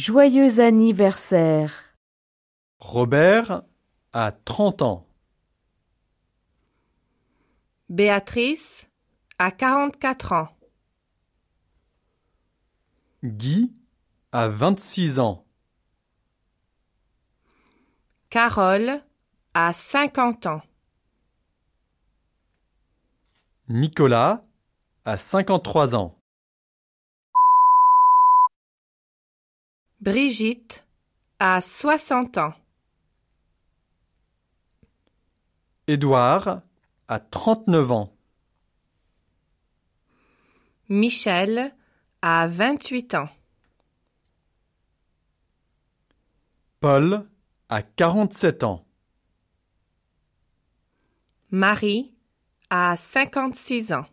Joyeux anniversaire. Robert a 30 ans. Béatrice a 44 ans. Guy a 26 ans. Carole a 50 ans. Nicolas a 53 ans. Brigitte a 60 ans. Édouard a 39 ans. Michel a 28 ans. Paul a 47 ans. Marie a 56 ans.